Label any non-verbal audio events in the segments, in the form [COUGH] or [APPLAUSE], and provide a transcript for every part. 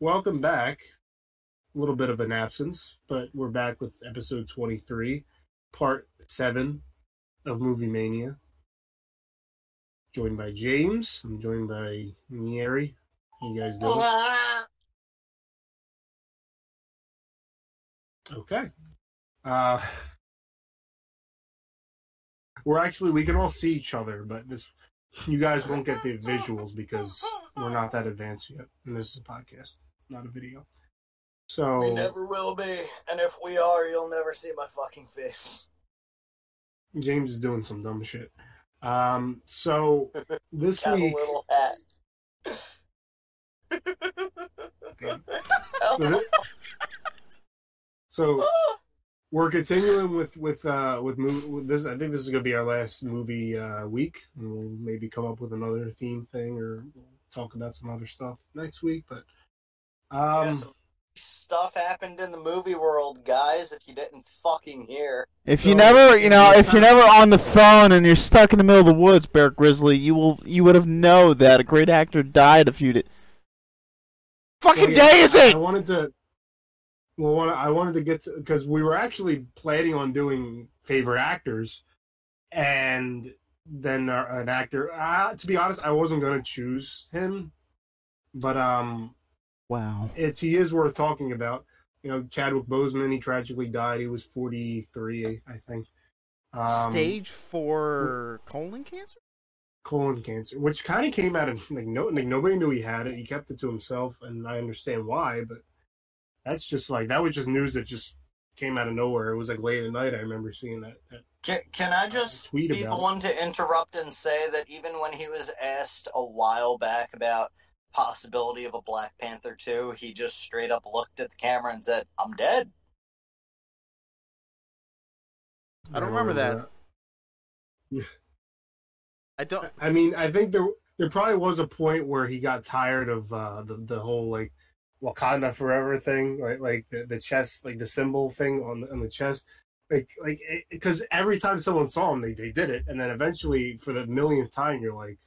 Welcome back. A little bit of an absence, but we're back with episode 23, part 7 of Movie Mania. Joined by James. I'm joined by Nieri. How you guys doing? [LAUGHS] Okay. Uh, we're actually, we can all see each other, but this, you guys won't get the visuals because we're not that advanced yet. And this is a podcast, not a video. So, We never will be, and if we are, you'll never see my fucking face. James is doing some dumb shit. Um, [LAUGHS] so this Have a week, little hat. [LAUGHS] so, [LAUGHS] thi- so we're continuing with with uh with, mov with this. I think this is gonna be our last movie uh week, and we'll maybe come up with another theme thing or talk about some other stuff next week. But um, Yeah, so stuff happened in the movie world, guys. If you didn't fucking hear, If you So- never, you know, if you're never on the phone and you're stuck in the middle of the woods, Bear Grizzly, you will, you would have know that a great actor died if you did. Well, Fucking yeah, day is I- it? I wanted to. Well, what- I wanted to get to because we were actually planning on doing favorite actors, and then uh, an actor. Uh, to be honest, I wasn't going to choose him, but um, Wow. it's he is worth talking about. You know, Chadwick Boseman. He tragically died. He was forty three, I think. Um, Stage four colon cancer. colon cancer, which kind of came out of [LAUGHS] like no, like nobody knew he had it. He kept it to himself, and I understand why. But that's just like that was just news that just came out of nowhere. It was like late at night. I remember seeing that. that can, can I just Tweet be the about it. one to interrupt and say that even when he was asked a while back about possibility of a Black Panther two, he just straight up looked at the camera and said, "I'm dead." I don't remember that. I don't. that. I mean, I think there there probably was a point where he got tired of uh, the the whole like Wakanda forever thing, like like the, the chest, like the symbol thing on the, on the chest. Like, like, because every time someone saw him, they, they did it, and then eventually, for the millionth time, you're like,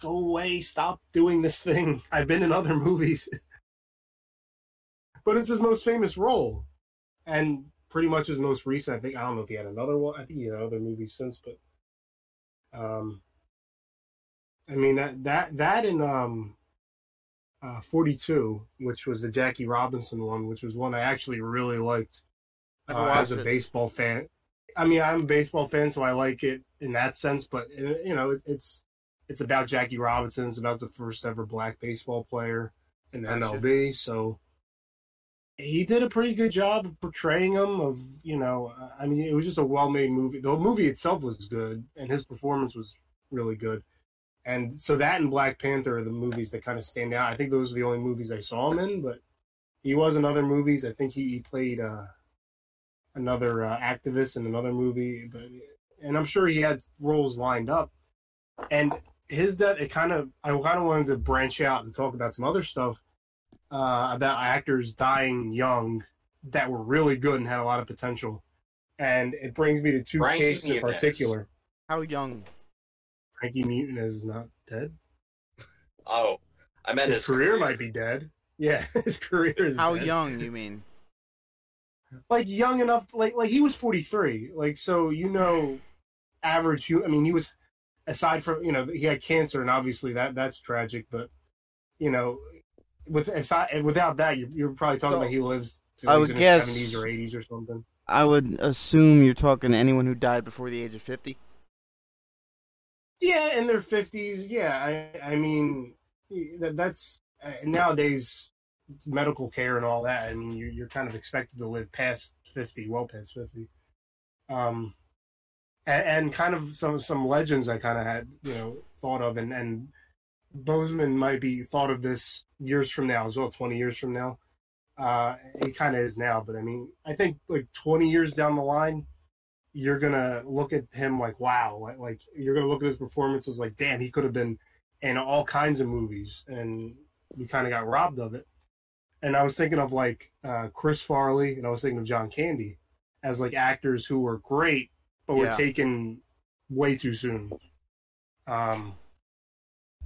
go away, stop doing this thing. [LAUGHS] I've been in other movies. but it's his most famous role. And pretty much his most recent, I think I don't know if he had another one. I think he had other movies since, but um I mean that that that and um uh 42, which was the Jackie Robinson one, which was one I actually really liked Never uh, as watched a it. baseball fan. I mean, I'm a baseball fan, so I like it in that sense. But uh, you know, it's it's it's about Jackie Robinson. It's about the first ever black baseball player in the Gotcha. MLB. So he did a pretty good job of portraying him. Of you know, uh, I mean, it was just a well-made movie. The movie itself was good, and his performance was really good. And so that and Black Panther are the movies that kind of stand out. I think those are the only movies I saw him in, but he was in other movies. I think he, he played uh, another uh, activist in another movie, but and I'm sure he had roles lined up. And his death, it kind of I kind of wanted to branch out and talk about some other stuff uh, about actors dying young that were really good and had a lot of potential. And it brings me to two Frankie cases in Muniz. particular. How young? Frankie Mutinez is not dead. Oh, I meant his, career, might be dead. [LAUGHS] Yeah, his career is How dead. young? You mean? Like young enough, like like he was forty three. Like so, you know, average. hu- I mean, he was aside from you know he had cancer, and obviously that that's tragic. But you know, with aside without that, you're, you're probably talking So, about he lives. To, I he's would in guess- his seventies or eighties or something. I would assume you're talking to anyone who died before the age of fifty. Yeah, in their fifties. Yeah, I I mean that, that's uh, nowadays medical care and all that. I mean, you, you're kind of expected to live past fifty, well past fifty. Um, and, and kind of some some legends I kind of had you know thought of, and and Bozeman might be thought of this years from now as well, twenty years from now. Uh, it kind of is now, but I mean, I think like twenty years down the line, you're gonna look at him like wow like, like you're gonna look at his performances like damn he could have been in all kinds of movies and we kind of got robbed of it and i was thinking of like uh, chris farley and i was thinking of john candy as like actors who were great but were Yeah. taken way too soon um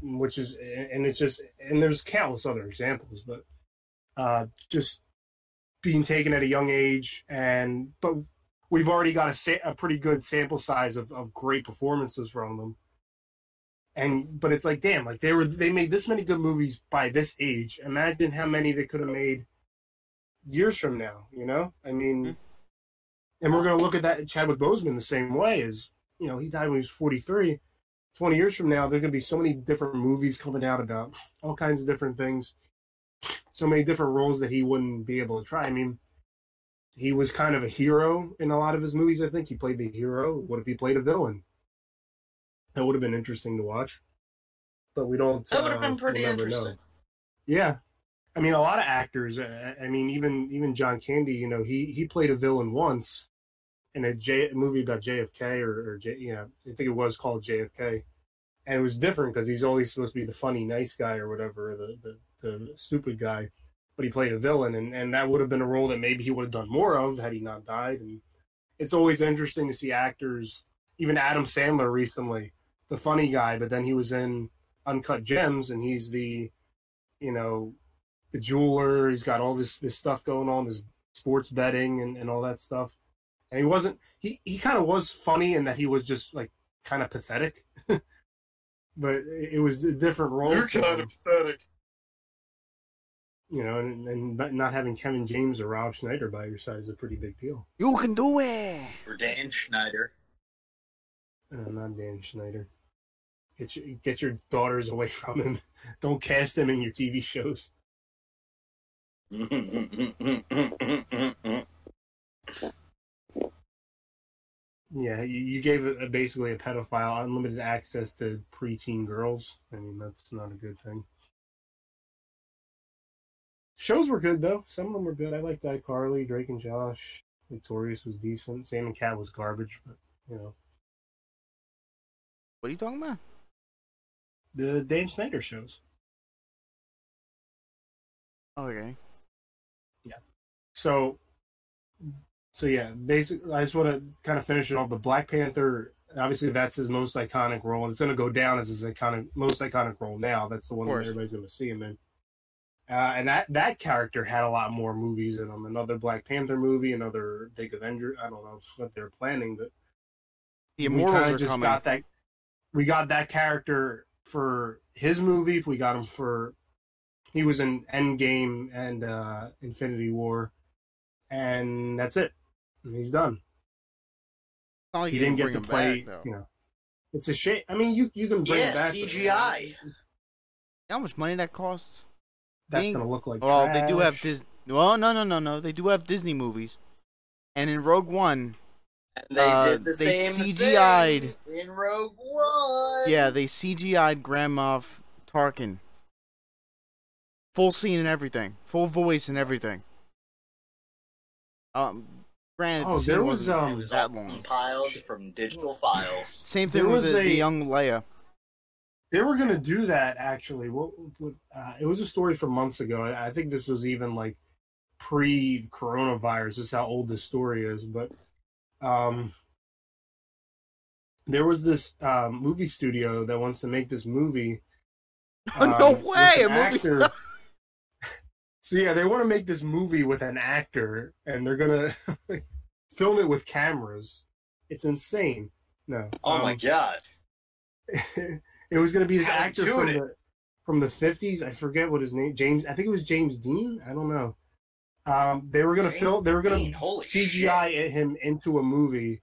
which is and it's just and there's countless other examples, but uh, just being taken at a young age and but we've already got a, sa- a pretty good sample size of, of great performances from them and but it's like damn like they were they made this many good movies by this age imagine how many they could have made years from now you know i mean and we're going to look at that chadwick boseman the same way as you know he died when he was 43 20 years from now there're going to be so many different movies coming out about all kinds of different things so many different roles that he wouldn't be able to try i mean he was kind of a hero in a lot of his movies i think he played the hero what if he played a villain that would have been interesting to watch. But we don't. That would have uh, been pretty we'll never interesting. know. Yeah, I mean, a lot of actors. uh, I mean, even even John Candy. You know, he he played a villain once in a J, movie about JFK or, or J, you know, I think it was called JFK, and it was different because he's always supposed to be the funny, nice guy or whatever, the the, the stupid guy. But he played a villain, and, and that would have been a role that maybe he would have done more of had he not died. And it's always interesting to see actors, even Adam Sandler recently, the funny guy, but then he was in Uncut Gems, and he's the, you know, the jeweler. He's got all this this stuff going on, this sports betting and, and all that stuff. And he wasn't he he kind of was funny in that he was just like kind of pathetic, [LAUGHS] but it it was a different role. for him, pathetic. you know, and, and but not having Kevin James or Rob Schneider by your side is a pretty big deal. You can do it. Or Dan Schneider. Uh, not Dan Schneider. Get your get your daughters away [LAUGHS] from him. Don't cast him in your TV shows. yeah, Yeah, you, you gave a, a- basically a pedophile unlimited access to preteen girls. I mean, that's not a good thing. Shows were good though. Some of them were good. I liked iCarly, Drake and Josh. Victorious was decent. Sam and Cat was garbage, but you know What are you talking about? the Dan Snyder shows. Okay. So, so yeah, basically, I just want to kind of finish it off. The Black Panther, obviously, that's his most iconic role, and it's going to go down as his iconic, most iconic role now. That's the one Of that course. everybody's going to see him in. Uh, and that that character had a lot more movies in him. Another Black Panther movie, another big Avenger. I don't know what they're planning, but The we Immortals kinda are just coming. Got that, we got that character for his movie. We got him for he was in Endgame and uh, Infinity War, and that's it. He's done. Not like He you didn't get bring to them play. back, though. you know, it's a shame. I mean, you you can bring it back. but CGI. How much money that costs? That's Ding. gonna look like. Well, they do have trash. Disney. Well, no, no, no, no. They do have Disney movies. And in Rogue One, And they Uh, did the they same CGI'd. thing in Rogue One. yeah, they CGI'd Grandma F- Tarkin. Full scene and everything. Full voice and everything. Um, granted, Oh, the scene there was, wasn't um, it was that long. Compiled from digital files. Same there thing with was the, a- the young Leia. They were gonna do that actually. What? what uh, it was a story from months ago. I, I think this was even like pre-coronavirus. This is how old this story is. But um, there was this um, movie studio that wants to make this movie. [LAUGHS] no um, way! with A an movie. actor. [LAUGHS] so yeah, they want to make this movie with an actor, and they're gonna [LAUGHS] film it with cameras. It's insane. No. Oh my um, god. [LAUGHS] it was going to be this How actor from intuitive. the, from the 50s. I forget what his name. James. I think it was James Dean. I don't know. Um, they were going to James film. They were going Dean, to holy CGI him into a movie.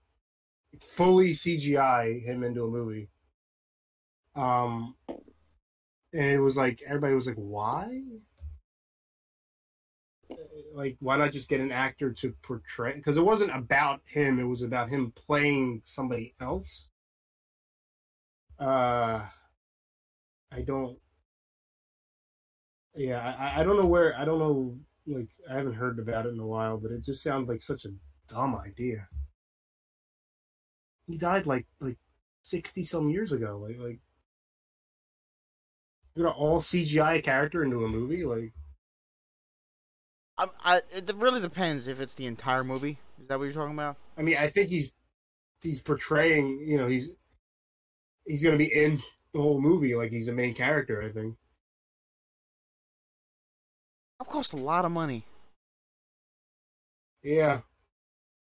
Fully CGI him into a movie. Um, and it was like everybody was like, "Why? Like, why not just get an actor to portray? Because it wasn't about him. It was about him playing somebody else." Uh, I don't. Yeah, I, I- I don't know where. I don't know. Like, I haven't heard about it in a while, but it just sounds like such a dumb idea. He died like like sixty some years ago. Like like you're gonna all CGI a character into a movie. Like I, I, it really depends if it's the entire movie. Is that what you're talking about? I mean, I think he's he's portraying. You know, he's he's gonna be in the whole movie. Like he's a main character, I think. That cost a lot of money. Yeah,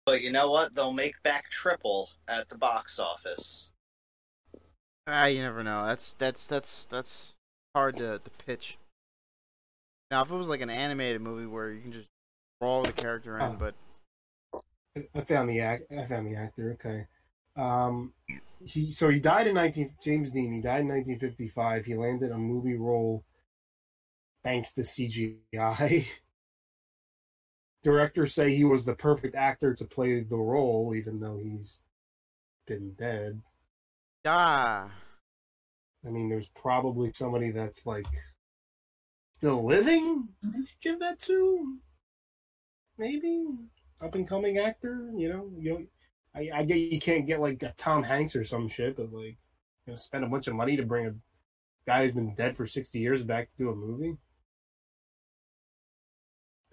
But you know what? They'll make back triple at the box office. Ah, you never know. That's that's that's that's hard to, to pitch. Now, if it was like an animated movie where you can just draw the character in, Oh. but I- I found the act. I found the actor. Okay. Um, he so he died in nineteen. James Dean. He died in nineteen fifty five. He landed a movie role thanks to CGI. [LAUGHS] Directors say he was the perfect actor to play the role, even though he's been dead. ah, I mean, there's probably somebody that's like still living. You could give that to maybe up and coming actor. You know, you know, I, I get you can't get like a Tom Hanks or some shit, but like you know, spend a bunch of money to bring a guy who's been dead for sixty years back to do a movie.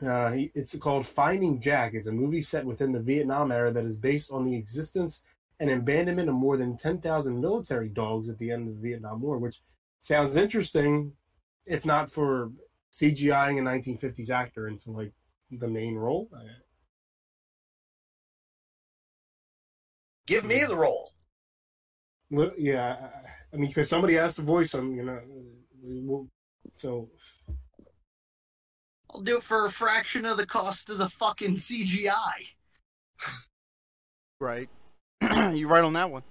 Uh, he, it's called Finding Jack. It's a movie set within the Vietnam era that is based on the existence and abandonment of more than 10,000 military dogs at the end of the Vietnam War, which sounds interesting, if not for CGIing a 1950s actor into like the main role. I- Give me the role. li- Yeah, I- I mean, because somebody has to voice him, you know. well, So I'll do it for a fraction of the cost of the fucking CGI. right, [CLEARS THROAT] you're right on that one.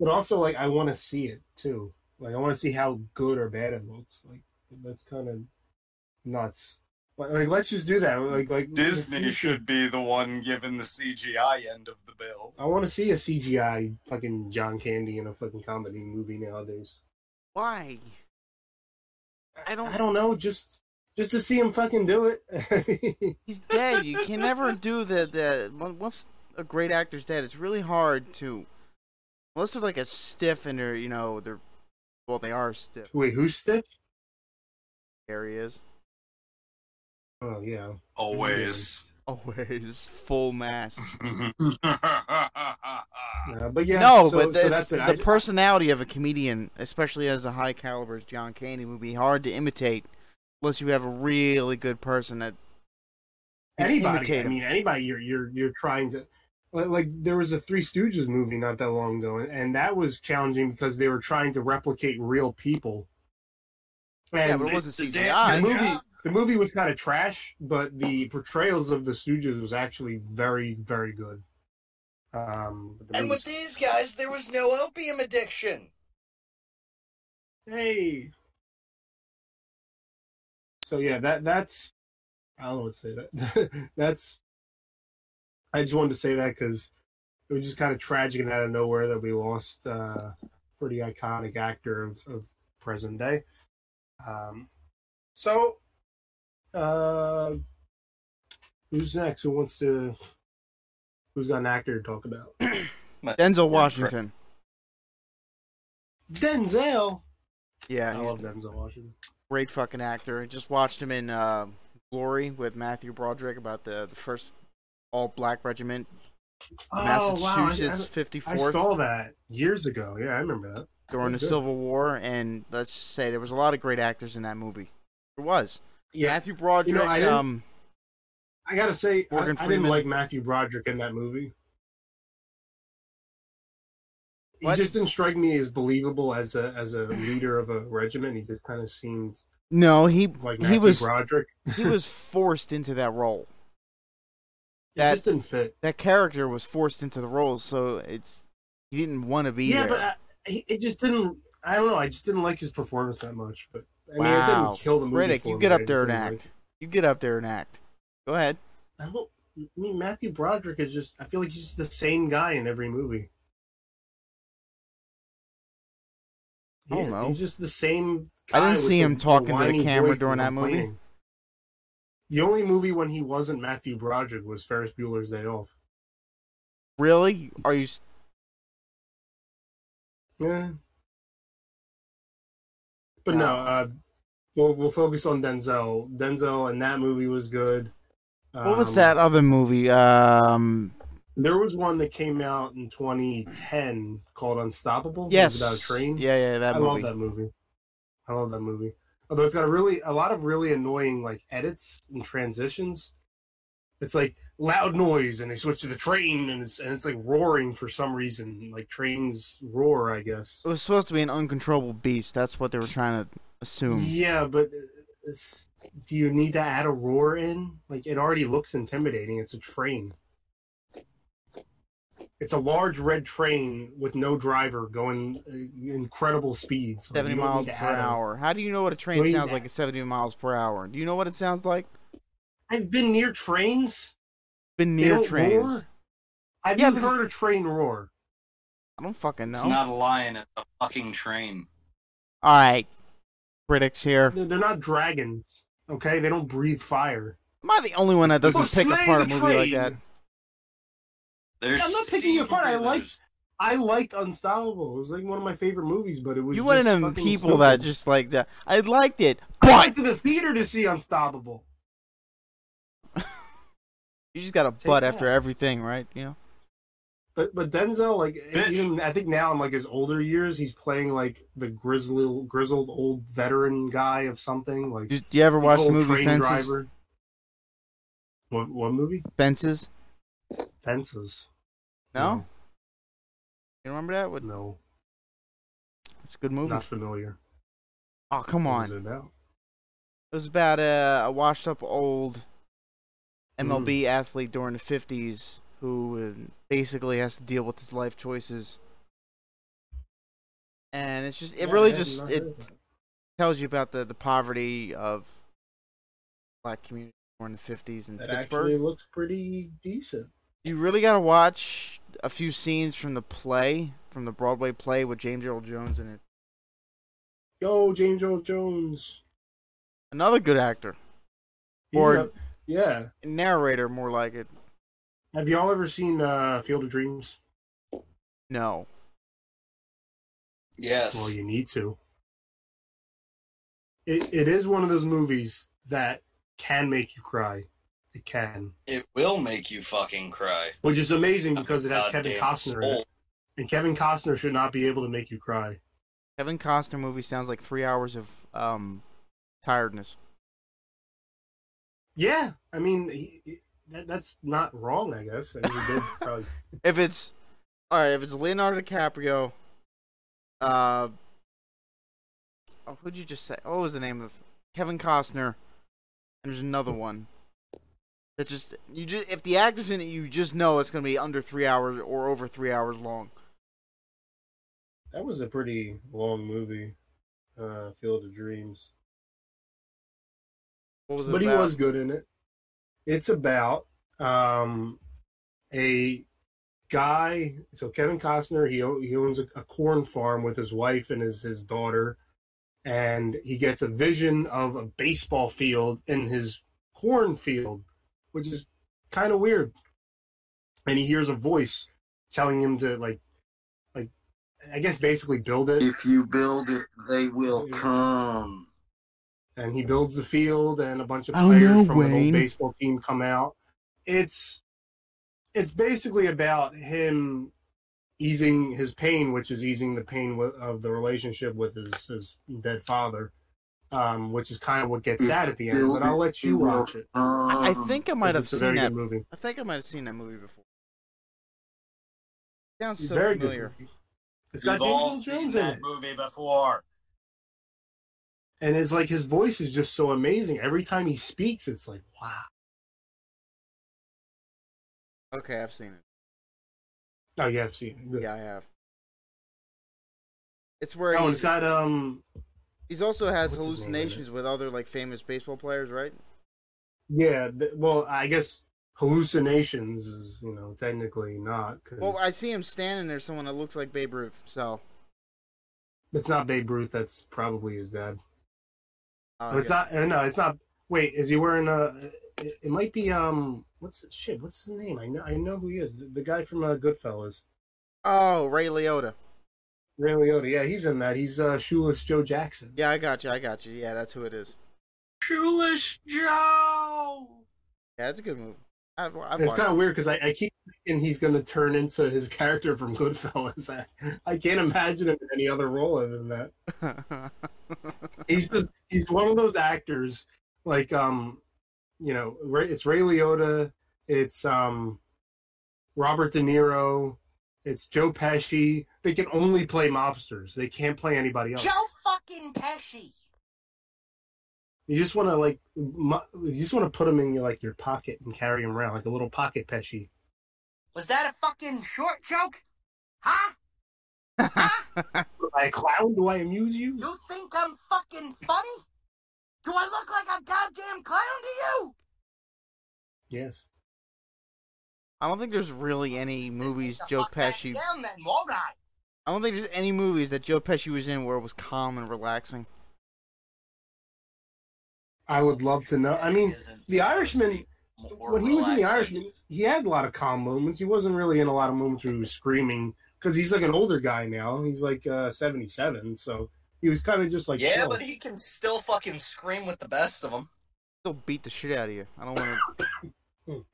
but also like I want to see it too. Like I want to see how good or bad it looks. Like that's kind of nuts. But like let's just do that. Like like Disney should be the one given the CGI end of the bill. I want to see a CGI fucking John Candy in a fucking comedy movie nowadays. Why? I don't- I don't know. Just just to see him fucking do it. [LAUGHS] He's dead. You can never do the the on- once a great actor's dead. It's really hard to unless they're like a stiff and they're you know they're well they are stiff. Wait, who's stiff? There he is. Oh yeah. Always. Always full mask. Mm-hmm. [LAUGHS] Uh, but yeah. no, so- but so the, that's it. I the ju- personality of a comedian, especially as a high caliber as John Candy, would be hard to imitate unless you have a really good person that can anybody. imitate I him. mean, anybody. You're you're you're trying to. Like, like there was a Three Stooges movie not that long ago, and, and that was challenging because they were trying to replicate real people. And yeah, but it wasn't the the damn- CGI. movie the movie was kind of trash, but the portrayals of the Stooges was actually very very good. Um, but the And movie's- with these guys, there was no opium addiction. hey. So yeah, that that's I don't know what to say that [LAUGHS] that's I just wanted to say that because it was just kind of tragic and out of nowhere that we lost uh, a pretty iconic actor of, of present day. Um, so, uh, who's next? Who wants to? Who's got an actor to talk about? Denzel Washington. Denzel. Yeah, I he's love Denzel Washington. great fucking actor. I just watched him in uh, Glory with Matthew Broderick about the, the first all black regiment, Oh, Massachusetts fifty Oh, I fourth saw that years ago. Yeah, I remember that. during the Good. Civil War, and let's just say there was a lot of great actors in that movie. There was Matthew Broderick, I didn't- um, I gotta say, I, I Morgan didn't Freeman. like Matthew Broderick in that movie. What? He just didn't strike me as believable as a as a leader of a regiment. He just kind of seemed no, he like Matthew he was Broderick. he was forced into that role. it That just didn't fit. that character was forced into the role, so it's he didn't want to be Yeah, there. but I, he- it just didn't. I don't know. I just didn't like his performance that much. But I mean, it wow, didn't kill the movie. Riddick, for you me, get I up just there and didn't act. like You get up there and act. Go ahead. I don't. I mean, Matthew Broderick is just. I feel like he's just the same guy in every movie. I don't Yeah, know. He's just the same. I didn't guy see with him talking to the whiny camera voice during and that movie. complaining. The only movie when he wasn't Matthew Broderick was Ferris Bueller's Day Off. Really? Are you? s- Yeah. But no, No. uh, we'll we'll focus on Denzel. Denzel and that movie was good. What was Um, that other movie? Um, There was one that came out in 2010 called Unstoppable. It Yes. was about a train. Yeah, yeah, that I love movie. that movie. I love that movie. Although it's got a really a lot of really annoying like edits and transitions. It's like loud noise, and they switch to the train, and it's and it's like roaring for some reason. Like trains roar, I guess. It was supposed to be an uncontrollable beast. That's what they were trying to assume. Yeah, but uh, it's- do you need to add a roar in? Like it already looks intimidating. It's a train. It's a large red train with no driver going uh, incredible speeds. Like, Seventy you don't miles need to per add a- hour. How do you know what a train Wait. sounds like at seventy miles per hour? Do you know what it sounds like? I've been near trains. Been They near don't trains. roar? I've Yeah, never because- heard a train roar. I don't fucking know. It's not a lion, it's a fucking train. All right, critics here. They're they're not dragons. Okay, they don't breathe fire. Am I the only one that doesn't Well, pick slay apart a the movie like train. that? There's I'm not picking you apart, I steam, like- there's- I liked Unstoppable. It was like one of my favorite movies, but it was You just one of them fucking people stupid. that just like that. I liked it, I but went to the theater to see Unstoppable. you just got a butt it after back. everything, right? You know. But but Denzel, like Bitch. even I think now in like his older years, he's playing like the grizzly grizzled old veteran guy of something like Do, do you ever watch the old movie train Fences? driver. What what movie? Fences? Fences. No. You remember that? What- No, It's a good movie. not familiar. Oh come What is on! It it about? was about a, a washed-up old MLB Hmm. athlete during the '50s who uh, basically has to deal with his life choices, and it's just it Yeah, really I haven't just heard it of that. tells you about the, the poverty of black community during the 50s in That Pittsburgh. actually looks pretty decent. You really got to watch a few scenes from the play, from the Broadway play with James Earl Jones in it. Yo, James Earl Jones. Another good actor, He's Or- up- yeah. narrator more like it. Have y'all ever seen uh, Field of Dreams? No. Yes. Well, you need to. It it is one of those movies that can make you cry. It can, It will make you fucking cry. which is amazing Oh because it has Kevin Goddamn Costner in soul. it, and Kevin Costner should not be able to make you cry. Kevin Costner movie sounds like 3 hours of um tiredness. Yeah, I mean, he, he- that, that's not wrong. I guess I mean, he did probably. [LAUGHS] If it's All right, if it's Leonardo DiCaprio uh oh, who'd you just say? What was the name of Kevin Costner? And there's another one that just you just if the actors in it, you just know it's gonna be under three hours or over three hours long. That was a pretty long movie, uh, Field of Dreams. What was it but about? he was good in it. It's about um, a guy. So Kevin Costner, he o- he owns a, a corn farm with his wife and his his daughter, and he gets a vision of a baseball field in his corn field, which is kind of weird. And he hears a voice telling him to like, like, I guess basically build it. If you build it, they will come. and he builds the field and a bunch of I don't players know, from an Wayne. old baseball team come out. It's it's basically about him easing his pain, which is easing the pain wi- of the relationship with his, his dead father, um, which is kind of what gets sad at the end. But I'll let you watch it. I I think I might 'cause have it's a seen very that. good movie. I think I might have seen that movie before. Sounds so very familiar. good. movie. It's got James Earl Jones in it. movie before. and it's like his voice is just so amazing. Every time he speaks, it's like wow. Okay, I've seen it. Oh, you have seen it. Yeah, I have. It's where Oh, and he's, it's got um he's also has what's his name in it? hallucinations with other like famous baseball players, right? Yeah, th- well, I guess hallucinations is, you know, technically not. 'cause Well, I see him standing there, someone that looks like Babe Ruth. So it's not Babe Ruth. That's probably his dad. uh, Oh, it's yeah. not. uh, No, it's not. Wait, is he wearing a? It, it might be. Um, what's shit? What's his name? I know. I know who he is. The, the guy from uh, Goodfellas, Oh, Ray Liotta. Ray Liotta. Yeah, he's in that. He's uh, shoeless Joe Jackson. Yeah, I got you. I got you. Yeah, that's who it is. Shoeless Joe. Yeah, that's a good movie. I've, I've And it's watched. kind of weird because I, I keep thinking he's going to turn into his [LAUGHS] character from Goodfellas. [LAUGHS] I, I can't imagine him in any other role other than that. He's the, he's one of those actors like um, you know, Ray- it's Ray Liotta, it's um, Robert De Niro, it's Joe Pesci. They can only play mobsters. They can't play anybody else. Joe fucking Pesci. You just want to like, mu- you just want to put them in your like your pocket and carry them around like a little pocket Pesci. Was that a fucking short joke? Huh? Am I a clown? Do I amuse you? You think I'm fucking funny? Do I look like a goddamn clown to you? Yes. [LAUGHS] I don't think there's really any movies Sit the Joe fuck back Pesci. Down then, won't I? I don't think there's any movies that Joe Pesci was in where it was calm and relaxing. I would love to know. I mean, Isn't The Irishman. more When he was in The relaxing. Irishman, he had a lot of calm moments. He wasn't really in a lot of moments where he was screaming because he's like an older guy now. He's like uh, seventy-seven, so he was kind of just like yeah, chill. but he can still fucking scream with the best of them. They'll beat the shit out of you. I don't [LAUGHS] want to.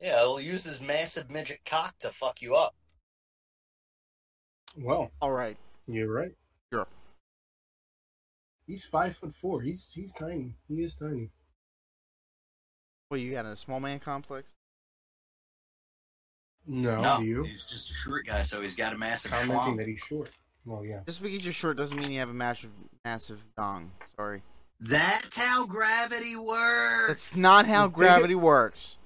Yeah, he'll use his massive midget cock to fuck you up. Well, All right. you're right. Sure. He's five foot four. He's he's tiny. He is tiny. Well, you got a small man complex. No, Oh, do you he's just a short guy, so he's got a massive commenting cock. that he's short? Well, yeah. Just because you're short doesn't mean you have a massive, massive dong. Sorry. That's how gravity works. That's not how You think it- gravity works.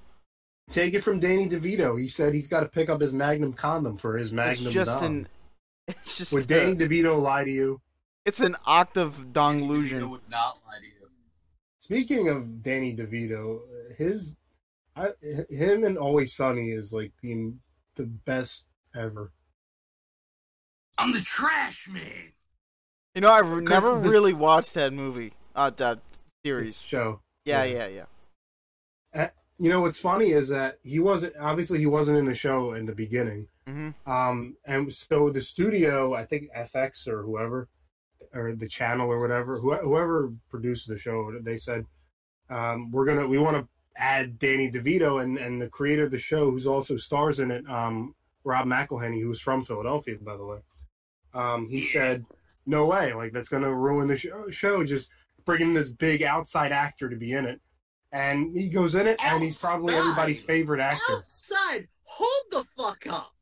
Take it from Danny DeVito. He said he's got to pick up his Magnum condom for his Magnum. it's just dong. an. [LAUGHS] It's just. Would a- Danny DeVito lie to you? it's an octave dong illusion. would not lie to you. Speaking of Danny DeVito, his, I, h- him and Always Sunny is like the the best ever. I'm the trash man. You know, I have never the- really watched that movie. Uh, that It's series. show. Yeah, yeah. yeah, yeah. You know what's funny is that he wasn't obviously he wasn't in the show in the beginning. Mm-hmm. Um, and so the studio, I think FX or whoever, or the channel or whatever, who- whoever produced the show, they said, um, we're gonna we want to add Danny DeVito and and the creator of the show, who's also stars in it, um, Rob McElhenney, who's from Philadelphia, by the way. Um, he said, no way, like that's gonna ruin the show. show just bringing this big outside actor to be in it. And he goes in it, and he's probably Outside. everybody's favorite actor. Outside, hold the fuck up.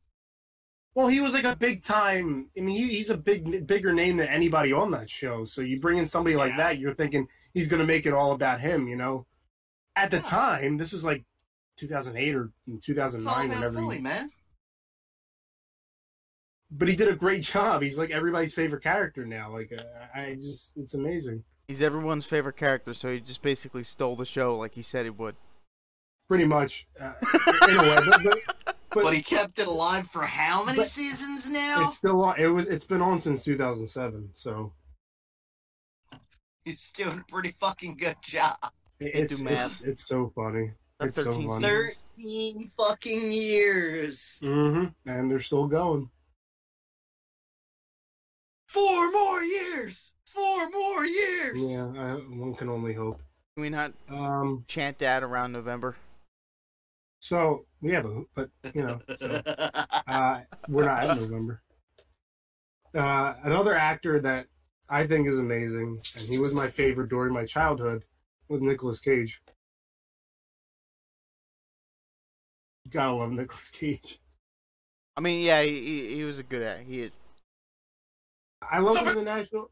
Well, he was like a big time. I mean, he, he's a big, bigger name than anybody on that show. So you bring in somebody like Yeah. that, you're thinking he's going to make it all about him. You know, at the Yeah. time, this is like 2008 or It's all 2009, about whenever. Philly, he- man. but he did a great [LAUGHS] job. He's like everybody's favorite character now. Like uh, I just, it's amazing. He's everyone's favorite character, so he just basically stole the show like he said he would. Pretty much, uh, in a way. But, [LAUGHS] but But, he kept it alive for how many But- seasons now? it's still on. It was. It's been on since 2007. So He's doing a pretty fucking good job. it, do it's, it's math. it's so funny. That's It's so 13 Mm-hmm. funny. seasons. Thirteen fucking years. hmm And they're still going. Four more years. Four more years. [LAUGHS] Yeah, I, one can only hope. Can we not Um, chant that around November? so yeah, but, but you know, so, uh, we're not in November. Uh, another actor that I think is amazing, and he was my favorite during my childhood, was Nicolas Cage. Gotta love Nicolas Cage. I mean, yeah, he, he, he was a good act. He is. I love him in the National.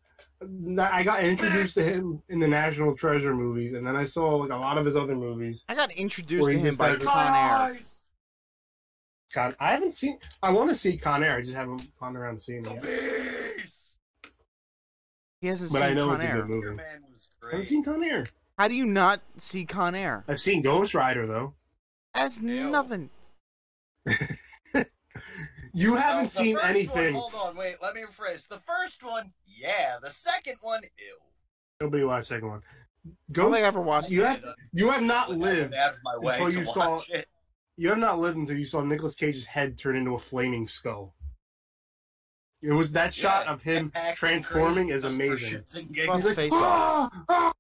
I got introduced to him in the National Treasure movies, and then I saw like a lot of his other movies. I got introduced Or to he him just by had- Con Air. Con, I haven't seen. I want to see Con Air. I just haven't gone around and seen it yet. He hasn't But seen I know Con it's a Air. good movie. Man was I haven't seen Con Air. How do you not see Con Air? I've seen Ghost Rider though. That's Ew. nothing. You No, haven't the seen first anything. One, hold on, wait. Let me rephrase. The first one, yeah. The second one, ew. Nobody watched the second one. I don't Ghost. think I ever watched. you have you have not Went lived. Out of my way until to you saw- watch it. You have not lived until you saw Nicolas Cage's head turn into a flaming skull. It was that shot Yeah, of him acting transforming crazy is just for amazing. shits He's and giggles. like, Face "Ah, ah."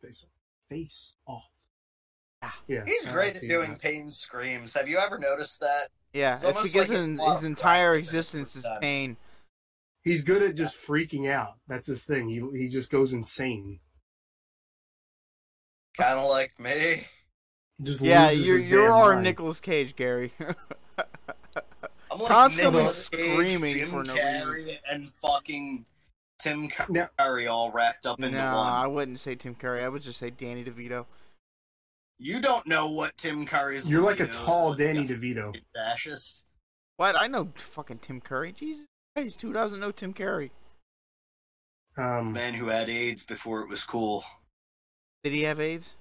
face, face "Ah, off. Yeah, He's I great at see doing that. pain screams. Have you ever noticed that? Yeah, It's it's, almost because like his, a lot his of entire practice and existence is stuff. pain. He's good at just freaking out. That's his thing. He he just goes insane. Kind of like me. He just Yeah, loses you're his you're damn our mind. Nicolas Cage, Gary. [LAUGHS] I'm like Constantly Nicolas Cage, screaming Jim for no Carrey, and fucking Tim No. Curry all wrapped up no, into one. I wouldn't say Tim Curry. I would just say Danny DeVito. You don't know what Tim Curry's. You're like a libido is, tall like Danny a DeVito. fucking fascist. What? I know fucking Tim Curry. Jesus Christ, who doesn't know Tim Curry? Um, Man who had AIDS before it was cool. Did he have AIDS?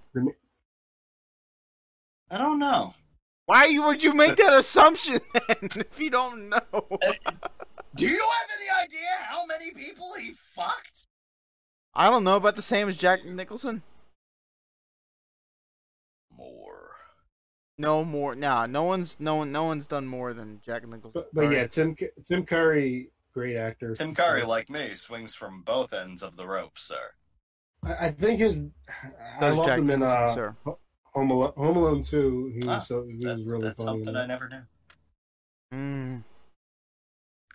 I don't know. Why you- would you make that [LAUGHS] assumption then [LAUGHS] if you don't know? [LAUGHS] Do you have any idea how many people he fucked? I don't know about the same as Jack Nicholson. More. No more. Nah, no one's no one no one's done more than Jack Nicholson. but, but yeah, Tim Tim Curry, great actor. Tim Curry, like me, swings from both ends of the rope, sir. I, I think his. I Does loved Jack him in Nicholson, uh, sir. Home Alone. Home Alone Two. He was Ah, so he was That's, really that's funny. in something that. I never knew. Mm.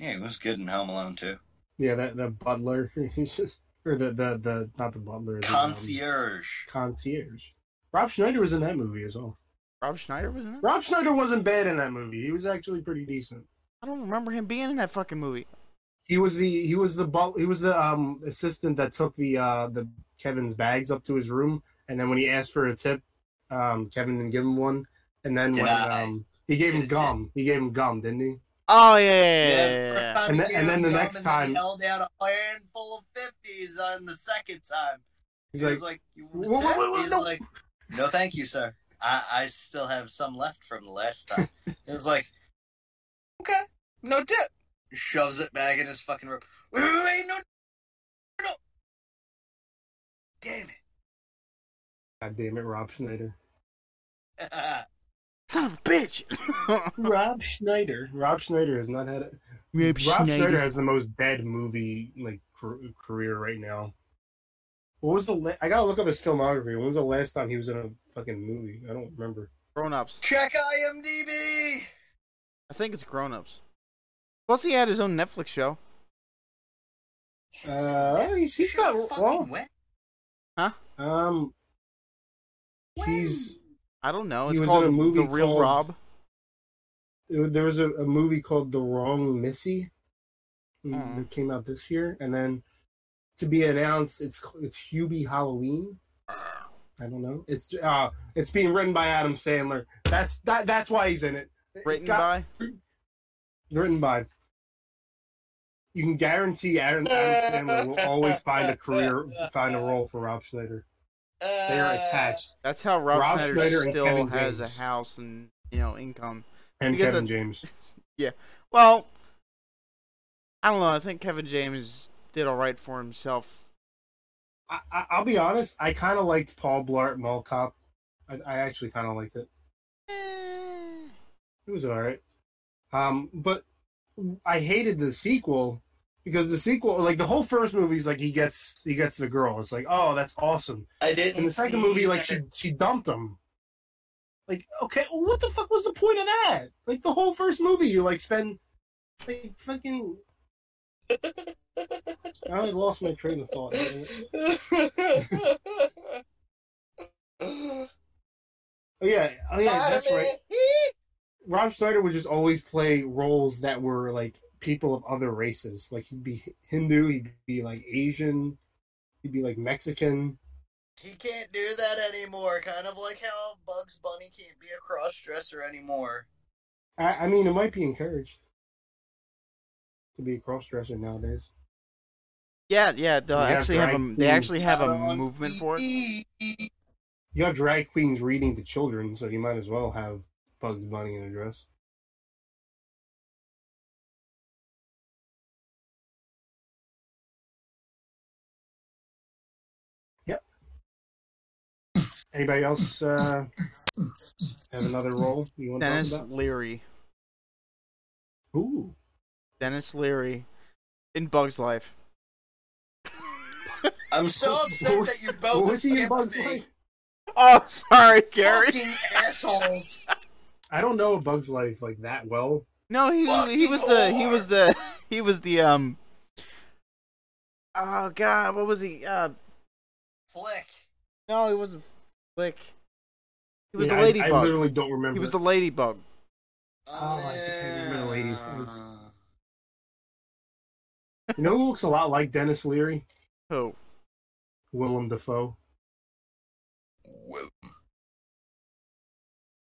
Yeah, he was good in Home Alone too. Yeah, that the butler. [LAUGHS] He's just or the the the not the butler. the, um, Concierge. concierge. Rob Schneider was in that movie as well. Rob Schneider was in it. Rob Schneider wasn't bad in that movie. He was actually pretty decent. I don't remember him being in that fucking movie. He was the he was the bu- he was the um assistant that took the uh the Kevin's bags up to his room, and then when he asked for a tip, um Kevin didn't give him one, and then Did when I um he gave get him a gum, he gave him gum, didn't he? Oh yeah, yeah, yeah, yeah, yeah. And then- and then the next time- he held out a handful of fifties on the second time. He's he like, was like, "You "Whoa, want whoa, a tip?" whoa, whoa, He's no." like, "No, thank you, sir. I, I still have some left from the last [LAUGHS] time." it was like, "Okay, no tip." Shoves it back in his fucking room. Wait, wait, wait, no, no. Damn God damn it, Rob Schneider. [LAUGHS] it! Son of a [LAUGHS] bitch. Rob Schneider. Rob Schneider has not had a, Rob Schneider. has the most dead movie like car- career right now. What was the? La- I gotta look up his filmography. When was the last time he was in a fucking movie? I don't remember. Grown ups. Check IMDb. I think it's grown ups. Plus, he had his own Netflix show. Uh, he's, he's got well, wet. um, he's I don't know. He It's was in called a movie The Real called- Rob. there was a, a movie called The Wrong Missy Mm. that came out this year, and then to be announced, it's it's Hubie Halloween. I don't know. It's uh, it's being written by Adam Sandler. That's that. That's why he's in it. It's Written got- by. written by. You can guarantee Aaron, Adam Sandler will always find a career, find a role for Rob Schneider. They Uh, are attached, That's how Rob, Rob Schneider, Schneider and still Kevin has James. a house and you know income. and Because Kevin that- James. yeah. Well, I don't know. I think Kevin James did all right for himself. I, I, I'll be honest. I kind of liked Paul Blart Mall Cop. I, I actually kind of liked it. Eh, It was all right. Um, but I hated the sequel because the sequel, like the whole first movie, is like he gets he gets the girl. It's like, oh, that's awesome. I didn't. in the second see movie, like that. she she dumped him. Like, okay, well, what the fuck was the point of that? Like the whole first movie, you like spend like [LAUGHS] fucking. I lost my train of thought. [LAUGHS] Oh yeah, oh yeah, that's right. Rob Schneider would just always play roles that were like people of other races. Like he'd be Hindu, he'd be like Asian, he'd be like Mexican. He can't do that anymore. Kind of like how Bugs Bunny can't be a cross dresser anymore. I, I mean, it might be encouraged to be a cross dresser nowadays. Yeah, yeah. They You have actually have a drag they queens actually have a movement for it. it. you have drag queens reading to children, so you might as well have Bugs Bunny in a dress. Yep. Anybody else uh, have another role you want to Dennis talk about? Leary. Ooh, Dennis Leary in Bug's Life. I'm so upset that you both was he in skipped Bugs me. Bunny? Oh, [LAUGHS] sorry, Gary. Fucking [LAUGHS] assholes. I don't know Bug's Life like that well. No, he he was the he was the [LAUGHS] he was the um. Oh God, what was he? Uh, Flick. no, he wasn't Flick. He was Yeah, the I- ladybug. I, literally don't remember. he was the ladybug. Oh, I think I remember the Yeah. You know who looks a lot like Dennis Leary? Who? Willem Dafoe. Well, They look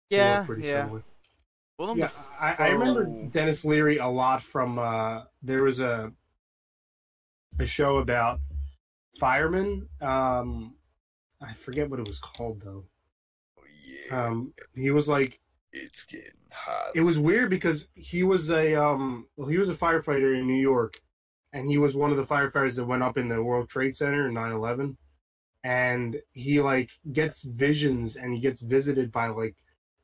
Yeah, Oh. pretty yeah. similar. Willem Yeah, Dafoe. I, I remember Dafoe. Dennis Leary a lot from uh, there was a a show about firemen. Um, I forget what it was called though. yeah, Um, he was like it's getting hot. it was weird because he was a um well he was a firefighter in New York and he was one of the firefighters that went up in the World Trade Center in 9/11 and he like gets visions and he gets visited by like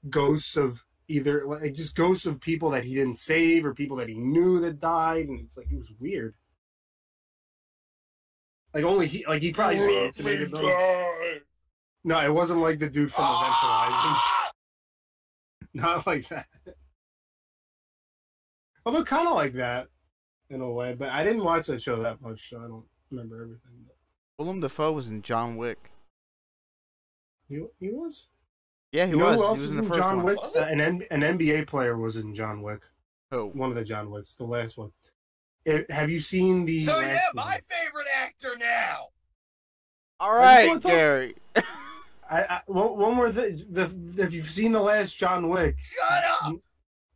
ghosts of either like just ghosts of people that he didn't save or people that he knew that died and it's like it was weird like only he like he probably just Let me activated them. die. no it wasn't like the dude from Event [LAUGHS] Horizon Ah! not like that. Although kind of like that in a way, but I didn't watch that show that much, so I don't remember everything. But Willem Dafoe was in John Wick. he, he was. Yeah, he You know was. who else He was in the first John one. Wick? Was Uh, it? an N- an NBA player was in John Wick. Who? One of the John Wicks, the last one. It- have you seen the? So last yeah, one? my favorite actor now. All Are you right, still Gary. I, I, one, one more thing. The, if you've seen the last John Wick, Shut up,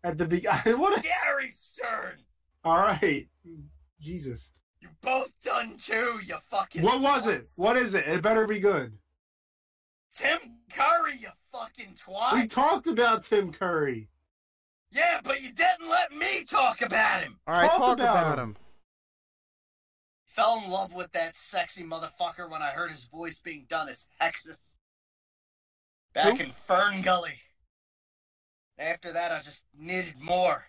at the beginning, [LAUGHS] what? A, Gary Stern. all right, Jesus. You both done too. You fucking. What was it? sluts. What is it? It better be good. Tim Curry. You fucking We twat. talked about Tim Curry. yeah, but you didn't let me talk about him. All right, Talk talk, about about, him. him. Fell in love with that sexy motherfucker when I heard his voice being done as Texas. Back Who? in Fern Gully. After that, I just needed more.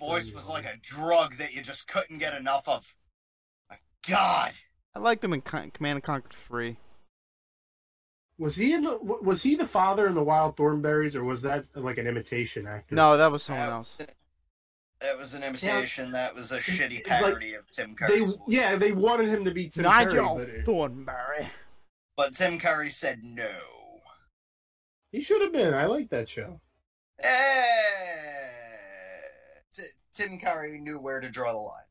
Voice Fern was Gully. like a drug that you just couldn't get enough of. My God. I liked him in Con- Command and Conquer Three. Was he in the, wa- was he the father in the Wild Thornberries, or was that like an imitation actor? No, that was someone else. That was an imitation. That was a shitty parody of Tim they Curry's voice. yeah they wanted him to be Tim Nigel Curry, but it- Thornberry. But Tim Curry said no. he should have been. I like that show. Eh, T- Tim Curry knew where to draw the line.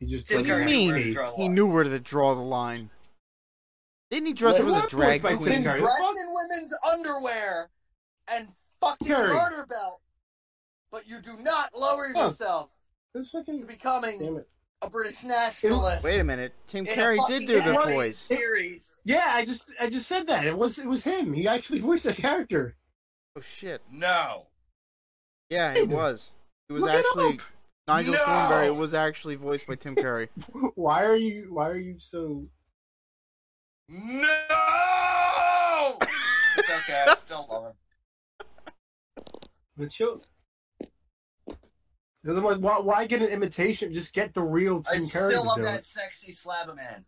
He just Tim What do you Curry mean? knew where to draw the He line. knew where to draw the line. Didn't he dress up as Listen, a drag what was my queen? Tim dress Curry. in women's underwear and fucking Curry. garter belt, but you do not lower Huh. yourself This to fucking damn becoming it. a British nationalist. Wait a minute, Tim in a Curry did fucking do the comedy voice. Series. Yeah, I just I just said that it was it was him. He actually [LAUGHS] voiced the character. Oh shit! No. Yeah, it was. It was Look it actually up. Nigel No! Thornberry was actually voiced by Tim [LAUGHS] Curry. Why are you Why are you so? No. it's okay. I still love him. The show. 'Cause I'm like, why, why get an imitation? Just get the real I Tim Curry. still to love do that it. sexy slab of man.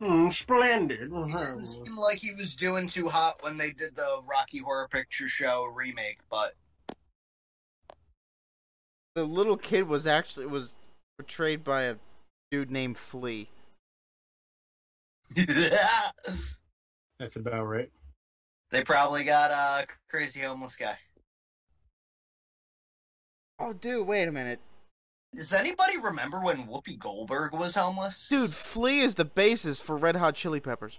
Hmm, splendid. It didn't seem like he was doing too hot when they did the Rocky Horror Picture Show remake, but [LAUGHS] the little kid was actually was portrayed by a dude named Flea. That's about right. they probably got a crazy homeless guy. Oh, dude, wait a minute, Does anybody remember when Whoopi Goldberg was homeless? [LAUGHS] dude, Flea is the basis for Red Hot Chili Peppers.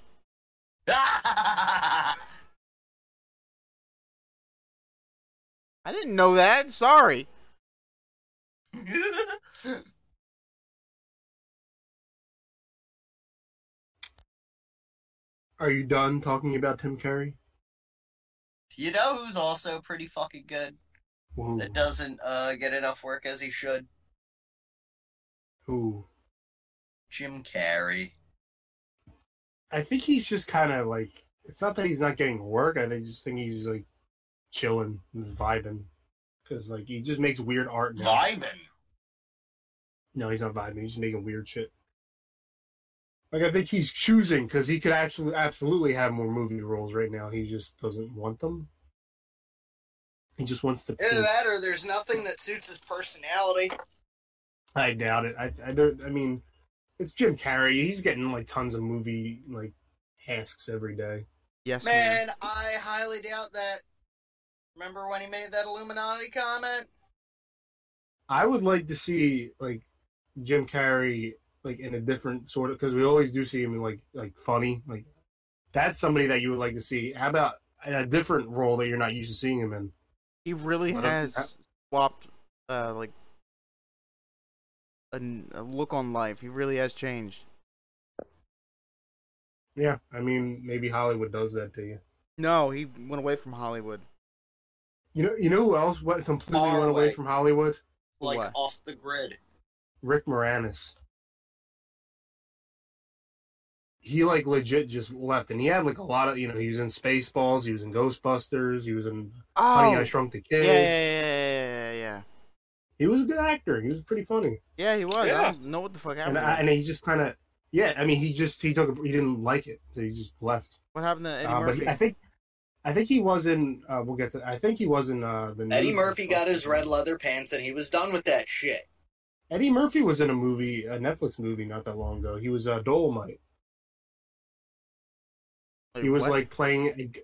I didn't know that. Sorry. Are you done talking about Tim Curry? you know who's also pretty fucking good Whoa. that doesn't uh, get enough work as he should? Who? Jim Carrey. I think he's just kind of like. It's not that he's not getting work. I think just think he's like chilling, and vibing, because like he just makes weird art. Now. Vibin. No, he's not vibing. He's just making weird shit. Like I think he's choosing because he could actually absolutely have more movie roles right now. He just doesn't want them. He just wants to. Either that or there's nothing that suits his personality. I doubt it. I, I don't. I mean, it's Jim Carrey. He's getting like tons of movie like asks every day. Yes, man. Man, I highly doubt that. Remember when he made that Illuminati comment? I would like to see like Jim Carrey like in a different sort of because we always do see him in like like funny like that's somebody that you would like to see. How about in a different role that you're not used to seeing him in? He really What has if- swapped, uh, like, a, n- a look on life. He really has changed. Yeah, I mean maybe Hollywood does that to you. No, he went away from Hollywood. You know, you know who else went completely Far went away away. from Hollywood? Like What? off the grid. Rick Moranis. He like legit just left, and he had like a lot of you know he was in Spaceballs, he was in Ghostbusters, he was in Honey Oh. I Shrunk the yeah, Kids. yeah, yeah, yeah, yeah, yeah. He was a good actor. He was pretty funny. Yeah, he was. I Yeah. don't know what the fuck happened. and, to I, him. and he just kind of yeah i mean he just he took a, he didn't like it so he just left what happened to Eddie Uh, but Murphy? he, i think i think he was in uh, we'll get to i think he was in uh, the Eddie new- Murphy got his red leather pants and he was done with that shit. eddie murphy was in a movie a netflix movie not that long ago he was uh, dolomite he was what? like playing a g-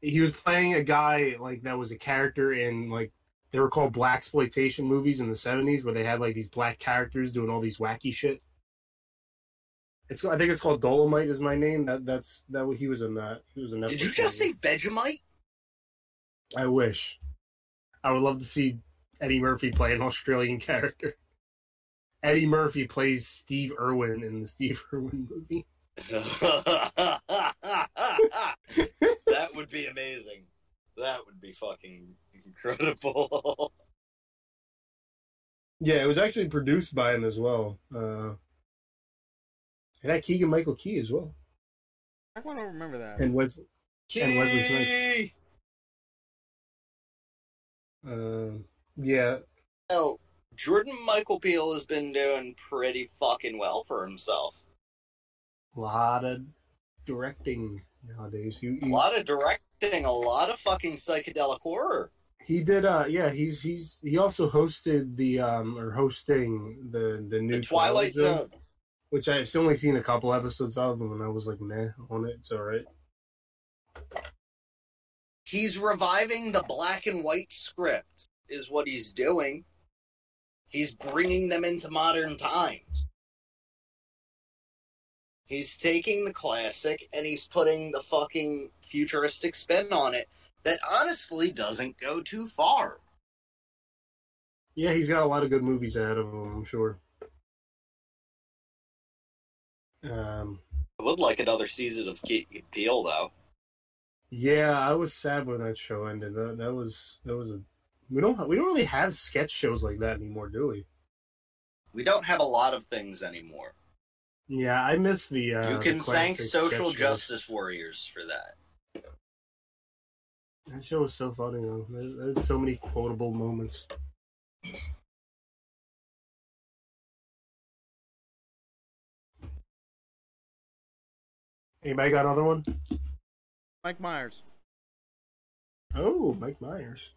he was playing a guy like that was a character in like they were called black exploitation movies in the 70s where they had like these black characters doing all these wacky shit it's i think it's called dolomite is my name that that's that what he was in that he was in that Did you just say Vegemite? i wish i would love to see eddie murphy play an [LAUGHS] australian character eddie murphy plays steve irwin in the steve [LAUGHS] irwin movie [LAUGHS] that would be amazing. That would be fucking incredible. Yeah, it was actually produced by him as well. Uh, it had Keegan Michael Key as well, I want to remember that. and Wesley. And Wesley Key! Uh, yeah, Oh, Jordan Michael Peele has been doing pretty fucking well for himself. a lot of directing nowadays. He A he, lot of directing, a lot of fucking psychedelic horror. he did. Uh, yeah, he's he's he also hosted the um or hosting the the new The Twilight Zone. which I've only seen a couple episodes of, and I was like, nah, on it, it's all right. He's reviving the black and white script, is what he's doing. He's bringing them into modern times. He's taking the classic and he's putting the fucking futuristic spin on it that honestly doesn't go too far. Yeah, he's got a lot of good movies ahead of him, I'm sure. Um, I would like another season of Ke- Peel, though. Yeah, I was sad when that show ended. That, that was that was a we don't we don't really have sketch shows like that anymore, do we? We don't have a lot of things anymore. Yeah, I miss the. Uh, you the can classic thank social sketch shows. justice warriors for that. That show was so funny though. There- There's so many quotable moments. Anybody got another one? Mike Myers, Oh, Mike Myers.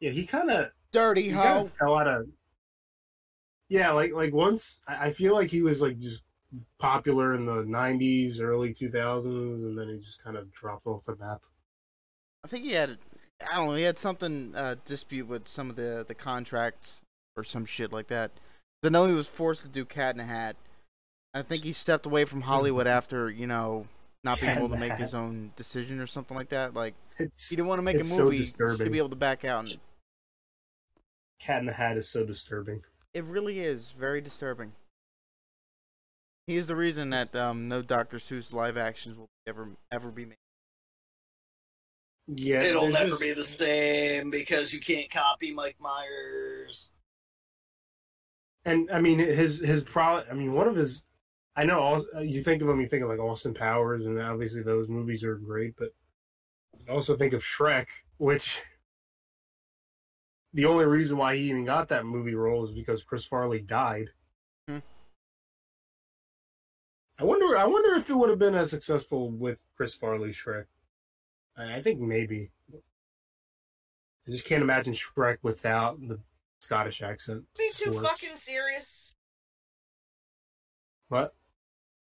Yeah, he kind of dirty he hoe. kind of fell out of. Yeah, like like once I I feel like he was like just popular in the '90s, early 2000s, and then he just kind of dropped off the map. I think he had, I don't know, he had something uh, dispute with some of the the contracts or some shit like that. 'Cause I know he was forced to do Cat in a Hat. I think he stepped away from [LAUGHS] Hollywood after you know not being Cat in able to the make Hat. his own decision or something like that. Like It's he didn't want to make It's a so movie to disturbing. be able to back out. And Cat in the Hat is so disturbing. it really is very disturbing. He is the reason that um, no Dr. Seuss live actions will ever ever be made. Yeah, It'll there's never just- be the same because you can't copy Mike Myers. And I mean his his pro. I mean one of his. I know all you think of him, you think of like Austin Powers, and obviously those movies are great, but I also think of Shrek, which. The only reason why he even got that movie role is because Chris Farley died. Hmm. I wonder. I wonder if it would have been as successful with Chris Farley Shrek. I, I think maybe. I just can't imagine Shrek without the Scottish accent. Be too Works. fucking serious. What?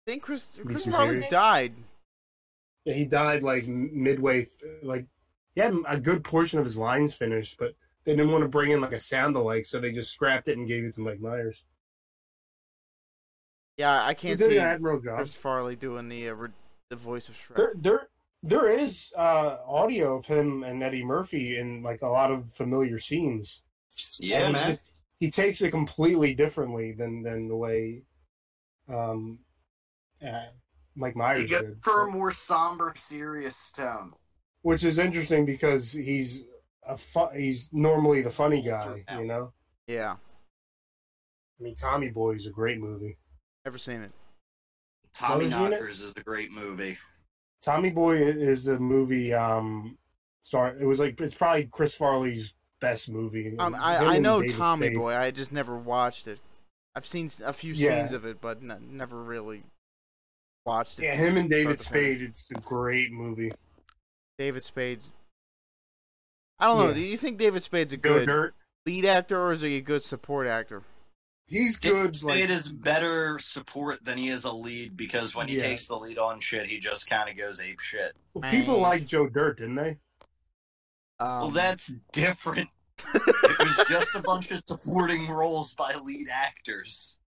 I think Chris Be Chris too Farley serious. died. Yeah, he died like m- midway, th- like he had a good portion of his lines finished, but they didn't want to bring in like a sound alike, so they just scrapped it and gave it to Mike Myers. Yeah, I He can't did see an admirable job. Chris Farley doing the uh, re- the voice of Shrek. There, there, there is uh, audio of him and Eddie Murphy in like a lot of familiar scenes. And he just- he takes it completely differently than than the way, um, uh, Mike Myers did. more somber, serious tone. which is interesting because he's a fu- he's normally the funny guy, you know. Yeah, I mean, Tommy Boy is a great movie. never seen it. What was Tommy it? Knockers is a great movie. Tommy Boy i- is a movie. Um, star. It was like it's probably Chris Farley's best movie. Um, Him I I and know David Tommy Spade. Boy. I just never watched it. I've seen s- a few Yeah. scenes of it, but n- never really watched it. Yeah, him and David Start to finish. Spade. It's a great movie. David Spade. I don't know. Yeah. Do you think David Spade's a Go good Dirt. lead actor or is he a good support actor? He's David good. Like Spade is better support than he is a lead because when he Yeah. takes the lead on shit, he just kind of goes ape shit. well, people like Joe Dirt, didn't they? Um, well, that's [LAUGHS] different. it was just a bunch of supporting roles by lead actors.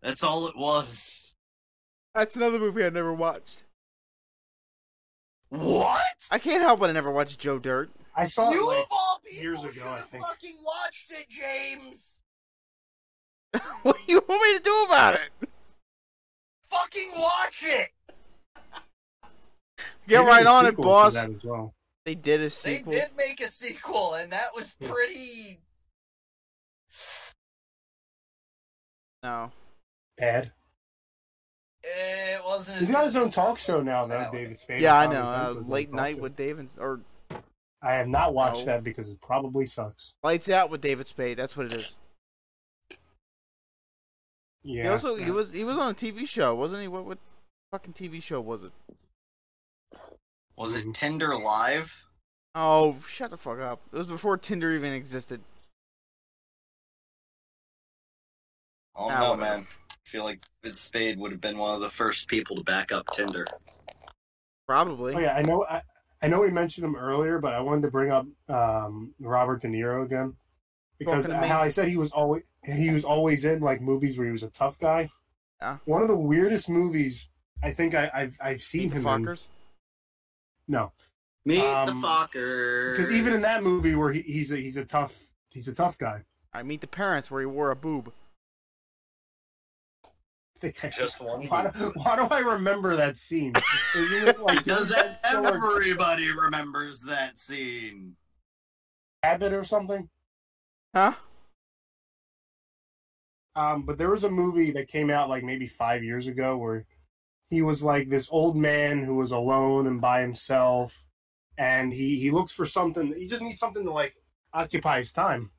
That's all it was. that's another movie I never watched. What? I can't help but I never watched Joe Dirt. [LAUGHS] I saw. it, you like- of all people years ago, should I have think. fucking watched it, James. what do you want me to do about it? Fucking watch it. Get they did right a on it, sequel to boss. that as well. They did a They sequel. did make a sequel, and that was Yeah. pretty. No. Bad. eh, It wasn't. He's as got good his as- own talk show now, though. That one. David Spade. Yeah, I Tommy know. Sons Uh, has his own late talk night show. with David or I have not watched No. that because it probably sucks. Lights Out with David Spade. That's what it is. Yeah. he also he Yeah. was he was on a TV show, wasn't he? What what fucking TV show was it? Was Mm-hmm. it Tinder Live? Oh, shut the fuck up. It was before Tinder even existed. Oh Nah, no, whatever. man. I feel like David Spade would have been one of the first people to back up Tinder. Probably. Oh yeah, I know. I, I know we mentioned him earlier, but I wanted to bring up um, Robert De Niro again because Talking to me. how I said he was always he was always in like movies where he was a tough guy. Yeah. One of the weirdest movies I think I, I've I've Meet seen the him in. fuckers. No, Meet the Um, fucker. because even in that movie where he, he's a, he's a tough he's a tough guy. I meet the parents where he wore a boob. I think I- Just one [LAUGHS] Why do, why do I remember that scene? Isn't it like [LAUGHS] [LAUGHS] Does that's that so everybody remembers that scene? Abbott or something? Huh? Um, but there was a movie that came out like maybe five years ago where he was like this old man who was alone and by himself, and he he looks for something. He just needs something to like occupy his time.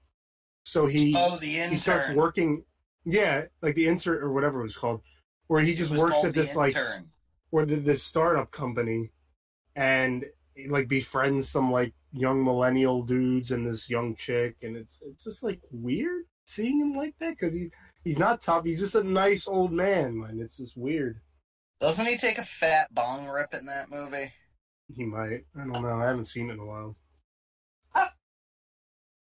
So he Oh, the he starts intern. working. Yeah, like the insert or whatever it was called, where he It just was works called at The this like s- Intern. or the, this startup company, and like befriends some like young millennial dudes and this young chick, and it's it's just like weird seeing him like that because he he's not tough. He's just a nice old man, and it's just weird. Doesn't he take a fat bong rip in that movie? He might. I don't know. I haven't seen it in a while.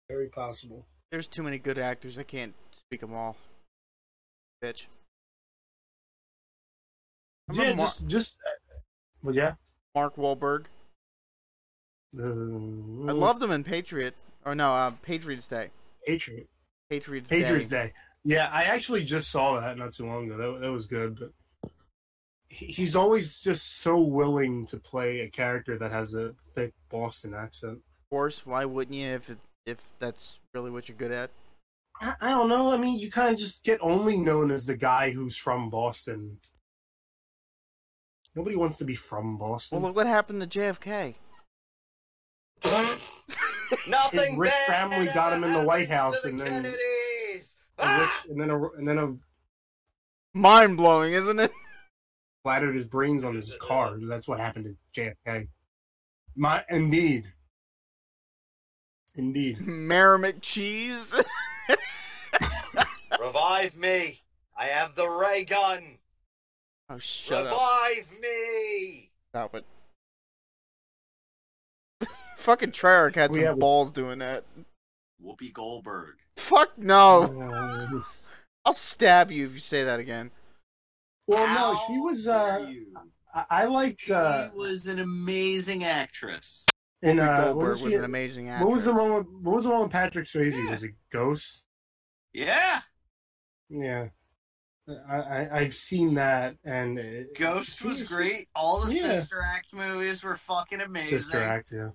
Very possible. There's too many good actors. I can't speak them all. Bitch. Yeah, Remember Mar- just just. uh, Well, yeah. Mark Wahlberg. Uh, I loved him in Patriot. Or no, uh, Patriots Day. Patriot. Patriots, Patriots Day. Day. Yeah, I actually just saw that not too long ago. That, that was good, but he- he's always just so willing to play a character that has a thick Boston accent. Of course, why wouldn't you if it, if that's really what you're good at? I, I don't know. I mean, you kind of just get only known as the guy who's from Boston. Nobody wants to be from Boston. Well, look what happened to JFK. Nothing. His rich bad family got him in the ever White happens House, to and the then- Kennedys. and, Ah! which- and then a, and then a Mind blowing, isn't it? [LAUGHS] splattered his brains on his car. That's what happened to JFK. My indeed, indeed. Merrimack cheese. [LAUGHS] Revive me. I have the ray gun. oh, shut up. Revive me. Stop it. [LAUGHS] Fucking Treyarch had We some have- balls doing that. Whoopi Goldberg. [LAUGHS] Fuck no. Um, I'll stab you if you say that again. well, no, How she was. dare Uh, you? I, I liked She uh, was an amazing actress. in Whoopi uh, what Goldberg was, was, she- an amazing actress. what was the one? With, what was the one with Patrick Swayze? Yeah. Was it Ghost? Yeah, Yeah, I, I I've seen that, and it, Ghost she- was she- great. All the Yeah. Sister Act movies were fucking amazing. Sister Act. Yeah,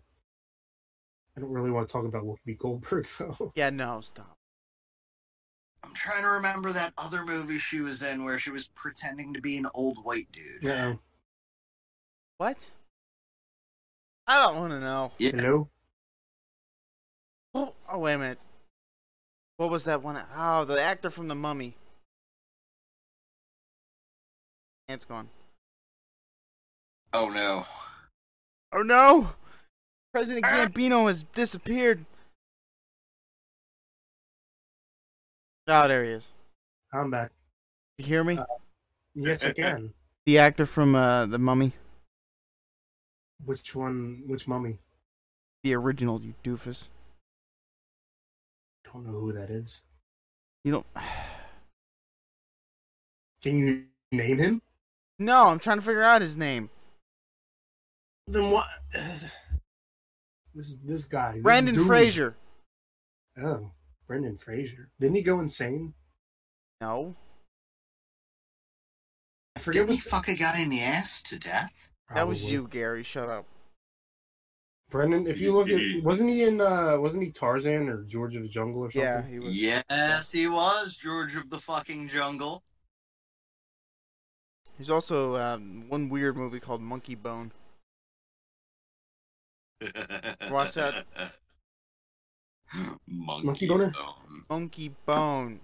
I don't really want to talk about Whoopi Goldberg [LAUGHS] though. Yeah, no, stop. I'm trying to remember that other movie she was in where she was pretending to be an old white dude. Yeah. What? I don't want to know. Hello. Oh, oh, wait a minute. What was that one? Oh, the actor from The Mummy. It's gone. Oh no. Oh no! Ah. President Gambino has disappeared. Oh, there he is. I'm back. You hear me? Yes, again. Uh, the actor from uh, The Mummy. which one? Which mummy? The original, you doofus. I don't know who that is. You don't. Can you name him? No, I'm trying to figure out his name. Then what? [SIGHS] This this guy. this Brandon dude. Fraser. Oh, Brendan Fraser. Didn't he go insane? No. I forget. Didn't he What, fuck a guy in the ass to death? That was Probably. you, Gary. Shut up. Brendan. If you look at, wasn't he in? uh Wasn't he Tarzan or George of the Jungle or something? Yeah, he was. Yes, he was George of the fucking jungle. There's also um, one weird movie called Monkey Bone. [LAUGHS] Watch that. Monkey, Monkey boner? bone. [LAUGHS] Monkey Bone.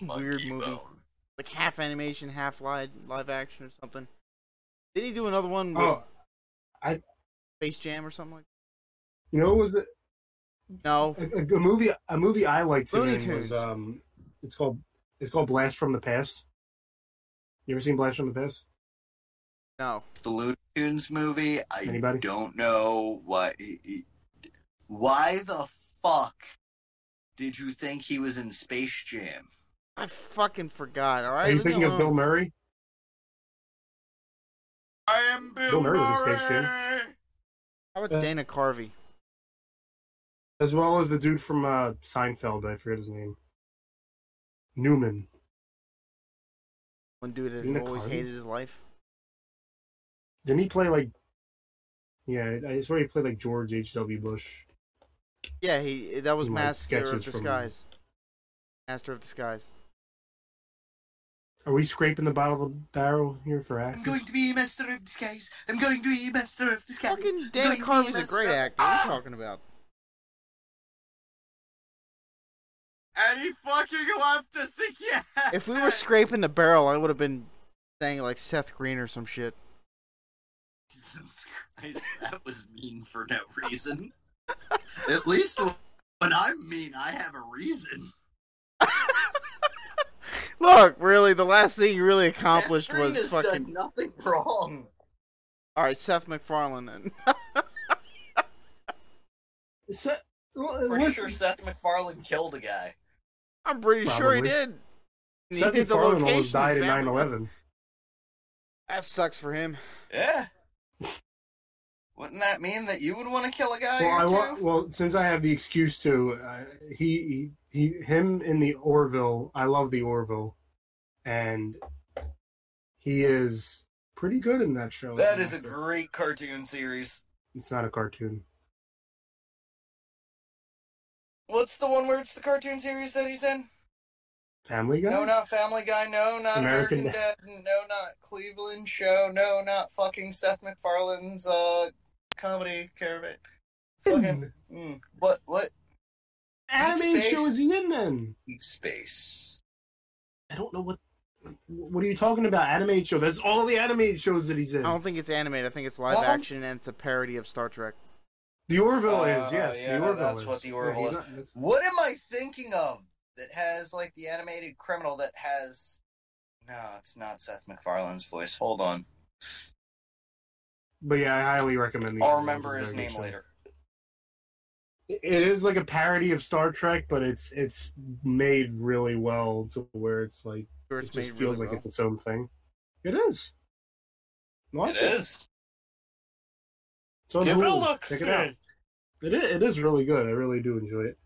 Monkey movie. bone. Like half animation, half live, live action or something. Did he do another one with Oh, Space Jam or something like you know, what was the, that? No. a, a- a movie? A movie I liked. him Looney in Tunes. Was, um, it's called it's called Blast from the Past. You ever seen Blast from the Past? No. The Looney Tunes movie. I Anybody? don't know why. Why the fuck did you think he was in Space Jam? I fucking forgot, alright? Are you thinking of Bill Murray? I am Bill, Bill Murray was in Space Jam. How about Dana Carvey? as well as the dude from uh, Seinfeld. I forget his name. Newman. One dude that Dana always Carvey? hated his life. Didn't he play like? Yeah, I swear he played like George H. W. Bush. Yeah, he that was Like Master of sketches from- Disguise. Master of Disguise. Are we scraping the bottom of the barrel here for I'm actors? going to be a master of disguise. I'm going to be a master of disguise. Fucking I'm Dana going to be Carvey's a master great of- actor. What are Ah! you talking about? And he fucking left us again. [LAUGHS] If we were scraping the barrel, I would have been saying like Seth Green or some shit. Jesus Christ, that was mean for no reason. At least when I'm mean, I have a reason. Look, really, the last thing you really accomplished Catherine was has fucking. done nothing wrong. All right, Seth MacFarlane. Then [LAUGHS] Se- well, Pretty listen, sure Seth MacFarlane killed a guy. I'm pretty sure he Probably. did. He Seth hit the MacFarlane location almost died in family. 9/11. That sucks for him. Yeah. Wouldn't that mean that Uh, you would want to kill a guy Well, I or two? wa- well, since I have the excuse to, uh, he, he he him in the Orville. I love the Orville, and he is pretty good in that show. that is a great cartoon series. It's not a cartoon. What's the one where it's the cartoon series that he's in? Family Guy. No, not Family Guy. No, not American American, Dad. No, not Cleveland Show. No, not fucking Seth MacFarlane's uh comedy caravan. Fucking Hmm. mm, what? What? anime Space. show is he in then? Deep space. I don't know what. What are you talking about? Animated show. That's all the animated shows that he's in. I don't think it's animated. I think it's live Well, I'm- action and it's a parody of Star Trek. The Orville Uh, is yes. yeah, the Orville that's is. what the Orville he's is. not- that's- What am I thinking of that has like the animated criminal that has? No, it's not Seth MacFarlane's voice. Hold on, But yeah, I highly recommend. the I'll Orville. remember It's a his very name good show. later. It is like a parody of Star Trek, but it's it's made really well to where it's like Sure, it it's just made feels really like well. it's its own thing. It is. Watch It is. It's on Give it a Hulu. look, Check see. it out. It is, it is really good. I really do enjoy it.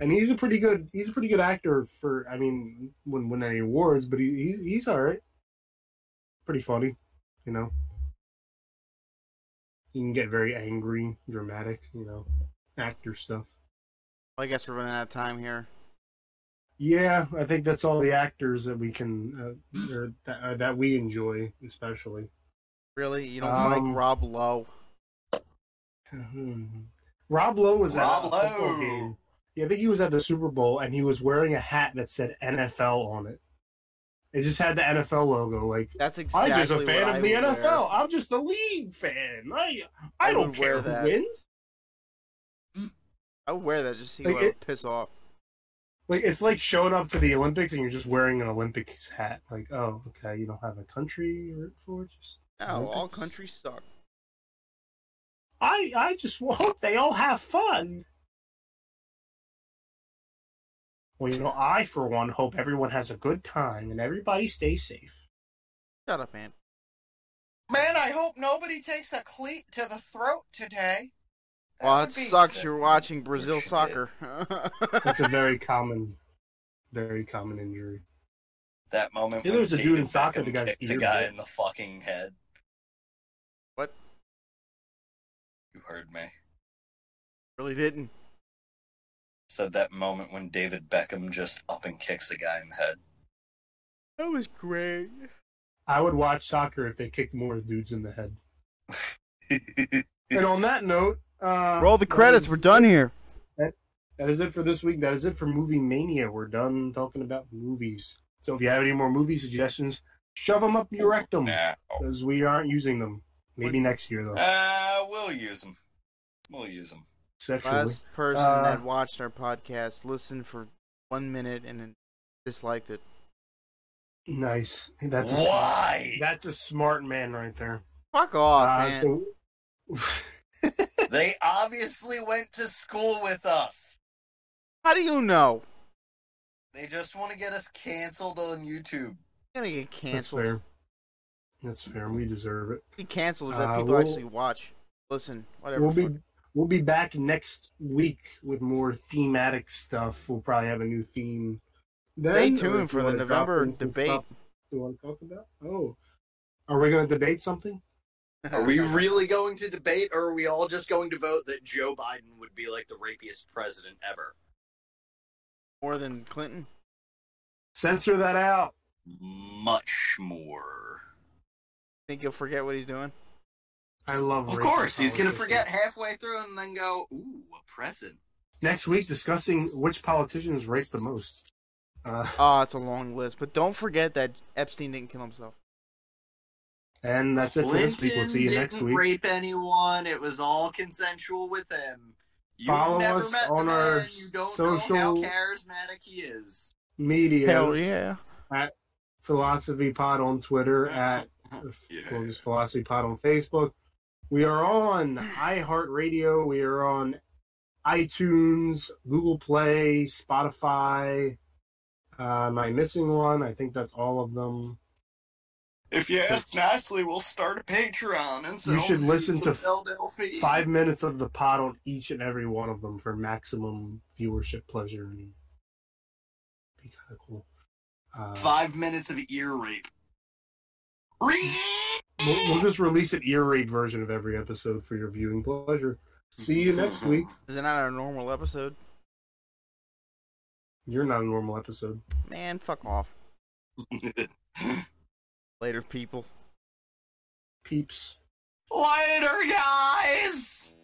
And he's a pretty good he's a pretty good actor for I mean wouldn't win any awards, but he, he he's all right. Pretty funny, you know. He can get very angry, dramatic, you know, actor stuff. I guess we're running out of time here. Yeah, I think that's all the actors that we can uh, or that, uh, that we enjoy, especially. Really, you don't Um, like Rob Lowe? Mm-hmm. Rob Lowe was Rob at a Lowe. football game. Yeah, I think he was at the Super Bowl, and he was wearing a hat that said NFL on it. It just had the NFL logo. Like That's exactly I'm just a what fan I of the would wear. NFL. I'm just a league fan. I I, I don't would wear care who that. wins. I would wear that just to see Like, who I would it- piss off. Like it's like showing up to the Olympics and you're just wearing an Olympics hat. Like oh okay, you don't have a country you root for. Just No, all Olympics. countries suck. I I just [LAUGHS] hope they all have fun. Well, you know, I for one hope everyone has a good time and everybody stays safe. Shut up, man. Man, I hope nobody takes a cleat to the throat today. That Well, would it be- sucks. You're watching Brazil Shit. soccer. That's a very common, very common injury. That moment. Yeah, when there was a dude in David soccer Beckham that got his kicked a ear guy bit. in the fucking head. What? You heard me. [LAUGHS] really didn't. Said that moment when David Beckham just up and kicks a guy in the head. That was great. I would watch soccer if they kicked more dudes in the head. [LAUGHS] And on that note, uh, Roll the that credits. is- We're done here. That is it for this week. That is it for Movie Mania. We're done talking about movies. So if you have any more movie suggestions, shove them up your rectum Now. because we aren't using them. Maybe next year though. Uh, we'll use them. We'll use them. Sexually. Last person Uh, that watched our podcast listened for one minute and then disliked it. Nice. That's a Why? That's a smart man right there. Fuck off, Uh, Oh, man. so- they obviously went to school with us. How do you know? They just want to get us canceled on YouTube. You're gonna get that's canceled. fair. That's fair. We deserve it. Be canceled if that Uh, people we'll- actually watch, listen, whatever. We'll be fuck. we'll be back next week with more thematic stuff. We'll probably have a new theme. Then, tuned or if for you the wanna drop November in some debate. stuff You want to talk about? Oh, are we going to debate something? Are we really going to debate, or are we all just going to vote that Joe Biden would be like the rapiest president ever? [LAUGHS] more than Clinton? Censor that out. Much more. Think you'll forget what he's doing? I love. Of racial course, he's going to politics. forget halfway through and then go, ooh, a present. Next week, discussing which politicians rape the most. Uh, Oh, it's a long list, but don't forget that Epstein didn't kill himself. and that's it for this week. We'll see you Clinton next didn't week. rape anyone. It was all consensual with him. You Follow never us met the on man. our You don't know how social- charismatic he is. Media. yeah. Philosophy Pod on Twitter at we'll just Philosophy Pod on Facebook. We are on iHeartRadio. We are on iTunes, Google Play, Spotify. Uh, am I missing one? I think that's all of them. If you ask nicely, we'll start a Patreon and sell should listen to some Philadelphia. Five minutes of the pod on each and every one of them for maximum viewership pleasure. And be kind of cool. Uh, five minutes of ear rape. We'll, we'll just release an ear rape version of every episode for your viewing pleasure. See you next week. Is it not a normal episode? You're not a normal episode. Man, fuck off. Later, people. Peeps. Later, guys.